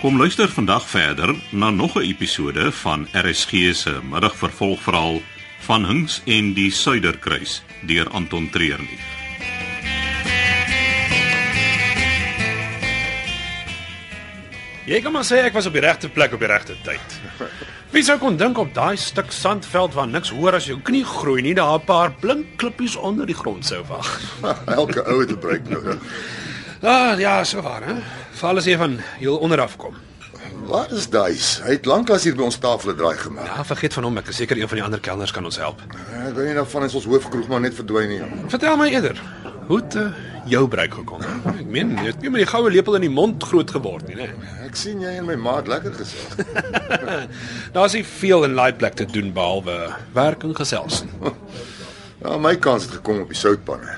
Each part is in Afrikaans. Kom luister vandag verder na nog 'n episode van RSG se middagvervolgverhaal van Hinks en die Suiderkruis deur Anton Treurnig. Jy kan maar sê ek was op die regte plek op die regte tyd. Wie sou kon dink op daai stuk sandveld waar niks hoor as jou knie groei nie, daar 'n paar blink klippies onder die grond sou wag. Elke ou het 'n breek nodig. Ah, ja, so waar hè. Val as jy van heel onder af kom. Waar is Duis? Hy het lanklaas hier by ons tafel 'n draai gemaak. Ja, vergeet van hom, ek is seker een van die ander kelners kan ons help. Ek weet nie of van is ons hoofkroeg maar net verdwyn nie. Vertel my eerder, hoe het uh, jou bruik gekom? Ek meen, jy het nie met die goue lepel in die mond groot geword nie, né? Ek sien jy en my maat lekker gesels. Daar's nie veel in daai plek te doen behalwe werk en gesels nie. Ja, my kans het gekom op die soutpanne.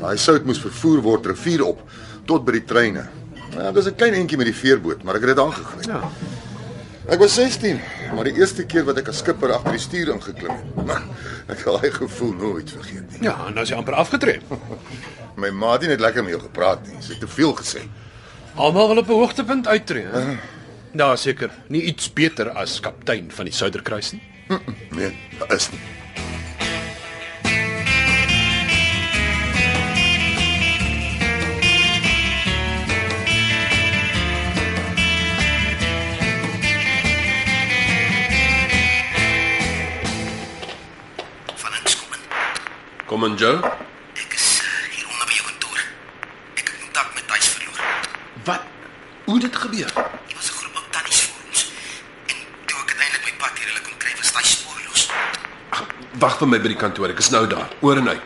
Daai sout moes vervoer word rivier op tot by die treine. Ja, dis 'n klein entjie met die veerboot, maar ek het dit aangegryp. Ja. Ek was 16, maar die eerste keer wat ek as skipper agter die stuur ingeklim het, ek sal daai gevoel nooit vergeet nie. Ja, en dan is jy amper afgetree. My ma het nie net lekker met jou gepraat nie, sy het te veel gesê. Almal wil op 'n hoogtepunt uittreë. hè? Daar seker, nie iets beter as kaptein van die Suiderkruis nie. Nee, daar is nie. Van niks kom in. Kom in, Joe. Ek is eh, hier onder by jou kantoor. Ek het kontak met Thys verloor. Wat? Hoe dit gebeur? Dit was 'n groep ou tannies vir ons. En toe ek uiteindelik my pad hier hulle kom kry, was Thys spoorloos. Wag vir my by die kantoor. Ek is nou daar. Oor en uit.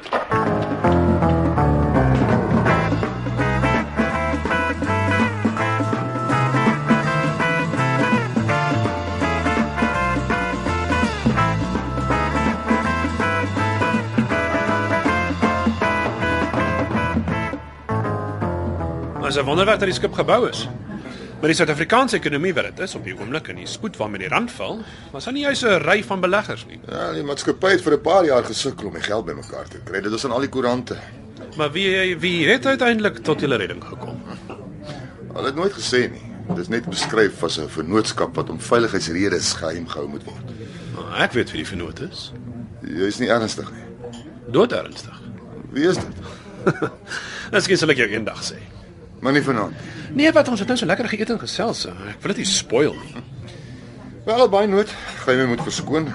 Maar se wonder wat dat die skip gebou is. Met die Suid-Afrikaanse ekonomie wat dit is op die oomblik en die spoed waarmee die rand val, was daar nie juis 'n ry van beleggers nie. Ja, die maatskappy het vir 'n paar jaar gesukkel om die geld bymekaar te kry. Dit is in al die koerante. Maar wie wie het uiteindelik tot julle redding gekom? Hulle het nooit gesê nie. Dit is net beskryf as 'n vennootskap wat om veiligheidsredes geheim gehou moet word. Nou, Ek weet wie die vernoot is. Jy is nie ernstig nie. Dood ernstig. Nou, Wie is dit? Miskien sal ek jou eendag sê. Maar nie vanaand. Nee, wat ons het nou so lekker geëet en gesels. so Ek wil dit nie spoil nie. Wel, baie nood. Gaan jy my moet verskoon.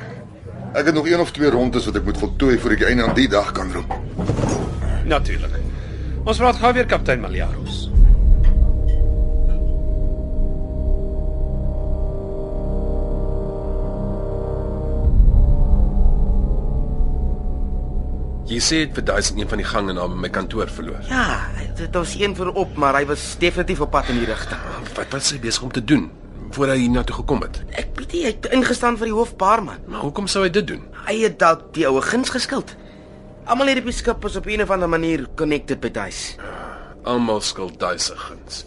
Ek het nog een of twee rondes wat ek moet voltooi voor ek die einde aan die dag kan roep. Natuurlik. Ons praat gou weer kaptein Maliaros. Jy sê dit vir duisend een van die gange na my kantoor verloor. Ja, dit was een vir op, maar hy was definitief op pad in die rigting. Wat was hy besig om te doen voor hy hiernatoe gekom het? Ek weet nie, hy het ingestaan vir die hoofbaarman. Maar hoekom sou hy dit doen? Hy het dalk die oue guns geskild. Almal hier op die skip was op 'n of ander manier connected by Thys. Almal skuld duisendens.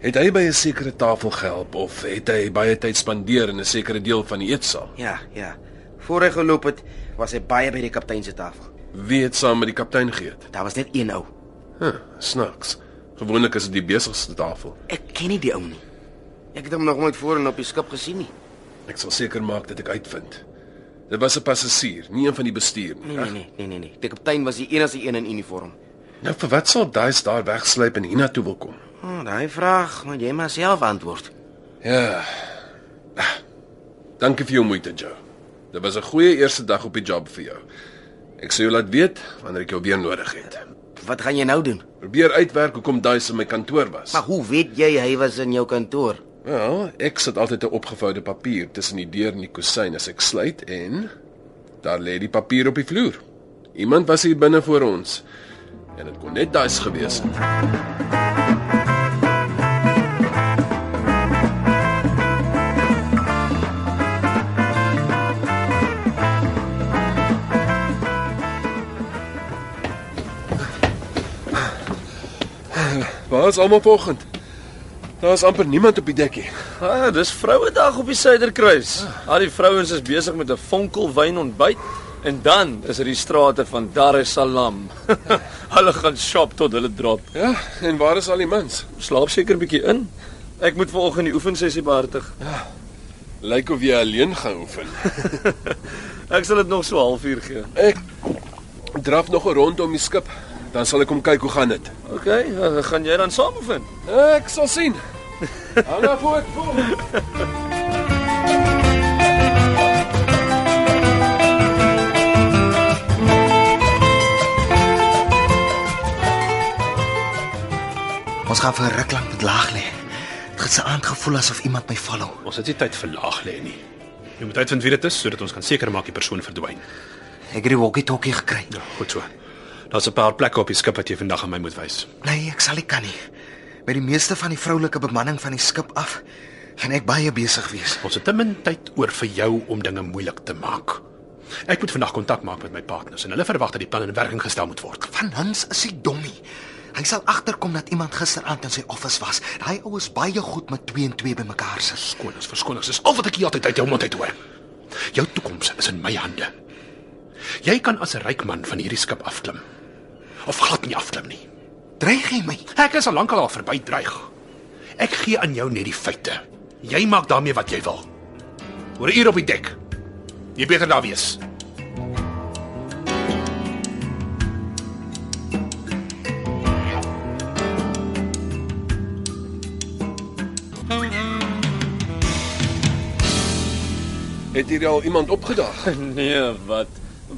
Het hy by 'n sekere tafel gehelp of het hy baie tyd spandeer in 'n sekere deel van die eetsaal? Ja, ja. Voor hy geloop het, was hy baie by die kaptein se tafel. Wie het saam met die kaptein geëet? Daar was net een ou. Huh, snaaks. Gewoonlik is dit die besigste tafel. Ek ken nie die ou nie. Ek het hom nog nooit voorheen op die skip gesien nie. Ek sal seker maak dat ek uitvind. Dit was 'n passasier, nie een van die bestuur Nee nie. nee nee nee nee nee. Die kaptein was die enigste een in uniform. Nou vir wat sal Duis daar wegsluip en hiernatoe wil kom? Oh, daai vraag moet jy maar self antwoord. Ja. Ah, Dankie vir jou moeite, Joe. Dit was 'n goeie eerste dag op die job vir jou. Ek sal jou laat weet wanneer ek jou weer nodig het. Wat gaan jy nou doen? Probeer uitwerk hoekom Duis in my kantoor was. Maar hoe weet jy hy was in jou kantoor? Wel, ek sit altyd 'n opgevoude papier tussen die deur en die kusyn as ek sluit en daar lê die papier op die vloer. Iemand was hier binne voor ons en dit kon net Duis gewees het. Waar is almal vanoggend? Daar is amper niemand op die dekkie. Ah, dis Vrouedag op die Suiderkruis. Ah. Al die vrouens is besig met 'n vonkelwyn ontbyt en dan is dit die strate van Dar es Salaam. hulle gaan shop tot hulle drop. Ja, en waar is al die mans? Slaap seker 'n bietjie in. Ek moet vanoggend die oefensessie behartig. Lyk of jy alleen gaan oefen. Ek sal dit nog so halfuur gee. Ek draf nog 'n rond om die skip, dan sal ek kom kyk hoe gaan dit. OK, eh, gaan jy dan saam oefen? Ek sal sien. Hou nou voor, voor. Ons gaan vir 'n ruk lank met laag lê. Dit het se aand gevoel asof iemand my volg. Ons het nie tyd vir laag lê nie. Jy moet uitvind wie dit is sodat ons kan seker maak die persoon verdwyn. Ek het die walkie-talkie gekry. Ja, goed so. Daar's 'n paar plekke op die skip wat jy vandag aan my moet wys. Nee, ek sal nie kan nie. Met die meeste van die vroulike bemanning van die skip af gaan ek baie besig wees. Ons het te min tyd oor vir jou om dinge moeilik te maak. Ek moet vandag kontak maak met my partners en hulle verwag dat die plan in werking gestel moet word. Van Hans is hy dommie. Hy sal agterkom dat iemand gisteraand in sy office was. Daai ou is baie goed met 2 en 2 bymekaar se. Konings, verskonings is al wat ek hier altyd uit jou mond uit hoor. Jou toekoms is in my hande. Jy kan as 'n ryk man van hierdie skip afklim. Of glad nie afklim nie. Dreig hy my? Ek is al lank al verby dreig. Ek gee aan jou net die feite. Jy maak daarmee wat jy wil. Oor 'n uur op die dek. Jy beter daar wees. Het hier al iemand opgedag? Nee, wat?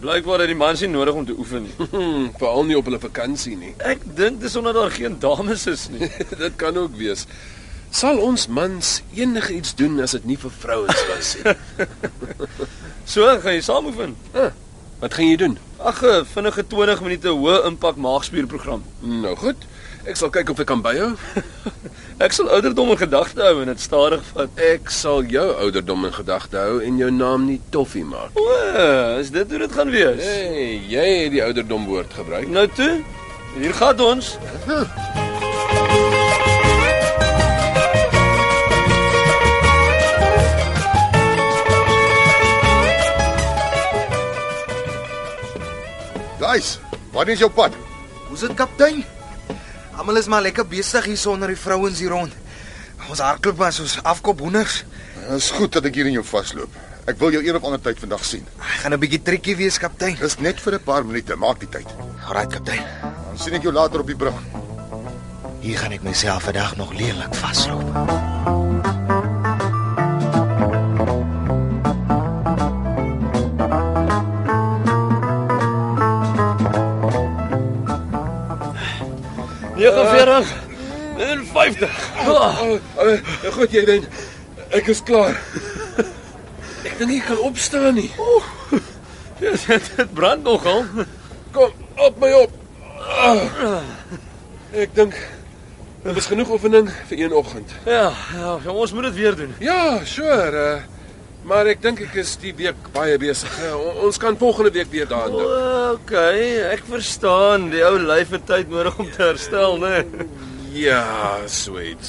Blykbaar het die mans nie nodig om te oefen nie. Hmm, veral nie op hulle vakansie nie. Ek dink dis omdat daar geen dames is nie. dit kan ook wees. Sal ons mans enigiets doen as dit nie vir vrouens was nie? So, gaan jy saam oefen? Eh. Wat gaan jy doen? Ag, 'n vinnige 20 minute hoë impak maagspierprogram. Nou goed, ek sal kyk of ek kan byhou. Ek sal ouderdom in gedagte hou en dit stadig vat. Ek sal jou ouderdom in gedagte hou en jou naam nie toffie maak. O, is dit hoe dit gaan wees? Hey, jy het die ouderdom woord gebruik. Nou toe. Hier gaan ons. Guys, wat is jou pad? Hoe's dit kaptein? Almal is maar lekker besig hier sonder die vrouens hier rond. Ons hardloop maar soos afkop hoenders. Dit Ja, is goed dat ek hier in jou vasloop. Ek wil jou een of ander tyd vandag sien. Ek gaan 'n bietjie triekie wees kaptein. Dis net vir 'n paar minute, maak die tyd. Alraai kaptein. Dan sien ek jou later op die brug. Hier gaan ek myself vandag nog lelik vasloop. Nee, gaan verder. En 50. Ah, Eh, Oh, oh, goed, jy wen. Ek is klaar. Ek dink ek kan opstaan nie. Dit dit brand nogal. Kom, op my op. Ah. Ek dink dit is genoeg oefening vir een oggend. Ja, ja, ons moet dit weer doen. Ja, sure. Uh, maar ek dink ek is die week baie besig. Uh, on- ons kan volgende week weer daaraan doen. Okay, ek verstaan. Die ou lyf het tyd nodig om te herstel, né? Nee. Ja, sweets.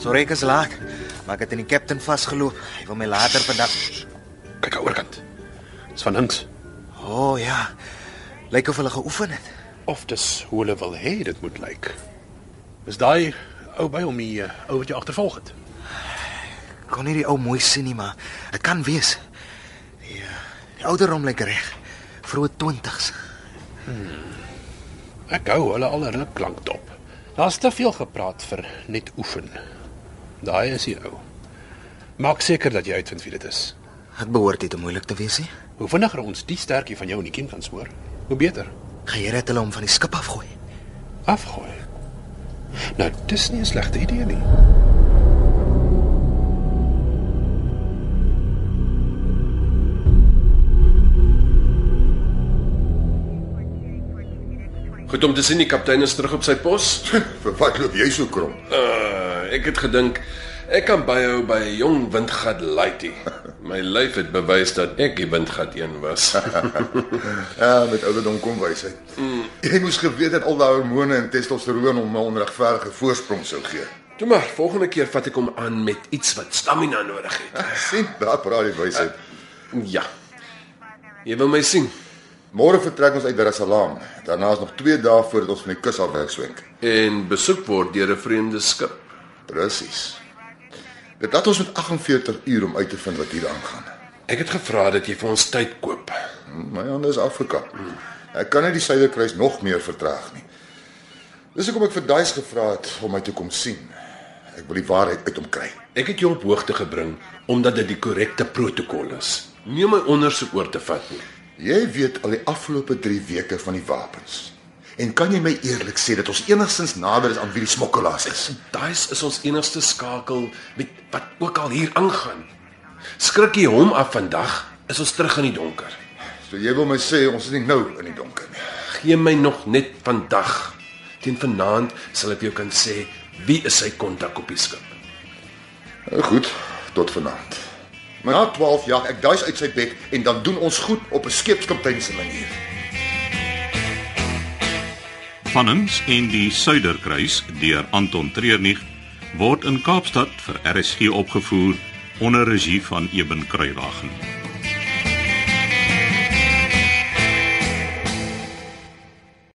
So reik is laat, maar ek het in die kaptein vasgeloop. Hy wil my later vandag. Kyk aan oorkant. Dis van Hinks. O oh, ja. Lyk of hulle geoefen het. Of dis hoe hulle wil hê dit moet lyk. Is daai ou by hom hier, ou wat jou agtervolg het. Ek kon nie die ou mooi sien nie, maar dit kan wees. Ja. Die ouderdom lyk reg. Vroeë 20s. Ek hou hulle al 'n ruk lank dop. Daar's te veel gepraat vir net oefen. Daai is die ou. Maak seker dat jy uitvind wie dit is. Dit behoort nie te moeilik te wees nie. Hoe vinniger ons die sterkie van jou in die kiem kan smoor, hoe beter. Geheer het hulle hom van die skip afgooi. Afgooi. Nou, dis nie 'n slegte idee nie. Goed om te sien die kaptein is terug op sy pos. Vir wat loop jy so krom? Uh, ek het gedink ek kan byhou by 'n jong windgat laaitie. My lyf het bewys dat ek die windgat een was. Ja, met ouderdom kom wysheid. Jy moes geweet het al daai hormone en testosteron hom 'n onregverdige voorsprong sou gee. Toe maar, volgende keer vat ek hom aan met iets wat stamina nodig het. Sien, daar praat die wysheid. Ja. Jy wil my sien Môre vertrek ons uit Dar es Salaam. Daarna is nog 2 dae voordat ons van die kus af wegswenk. en besoek word deur 'n vreemde skip. Presies. Dit laat ons met 48 uur om uit te vind wat hier aangaan. Ek het gevra dat jy vir ons tyd koop. Hm, My hande is afgekap. Ek kan nie die Suiderkruis nog meer vertraag nie. Dis hoekom ek vir Days gevra het om my te kom sien. Ek wil die waarheid uit hom kry. Ek het jou op hoogte gebring omdat dit die korrekte protokol is. Nie om my ondersoek oor te vat nie. Jy weet al die afgelope 3 weke van die wapens. En kan jy my eerlik sê dat ons enigstens nader is aan wie die smokkelaars is? Daai is ons enigste skakel met wat ook al hier aangaan. Skrik jy hom af vandag, is ons terug in die donker. So jy wil my sê ons is nie nou in die donker nie. Gee my nog net vandag. Teen vanaand sal ek vir jou kan sê wie is sy kontak op die skip. Nou goed, tot vanaand. Maar na 12 jaar ek duis uit sy bed en dan doen ons goed op 'n skeepskaptein se manier. Van Hinks en die Suiderkruis deur Anton Treurnig word in Kaapstad vir RSG opgevoer onder regie van Eben Kruiwagen.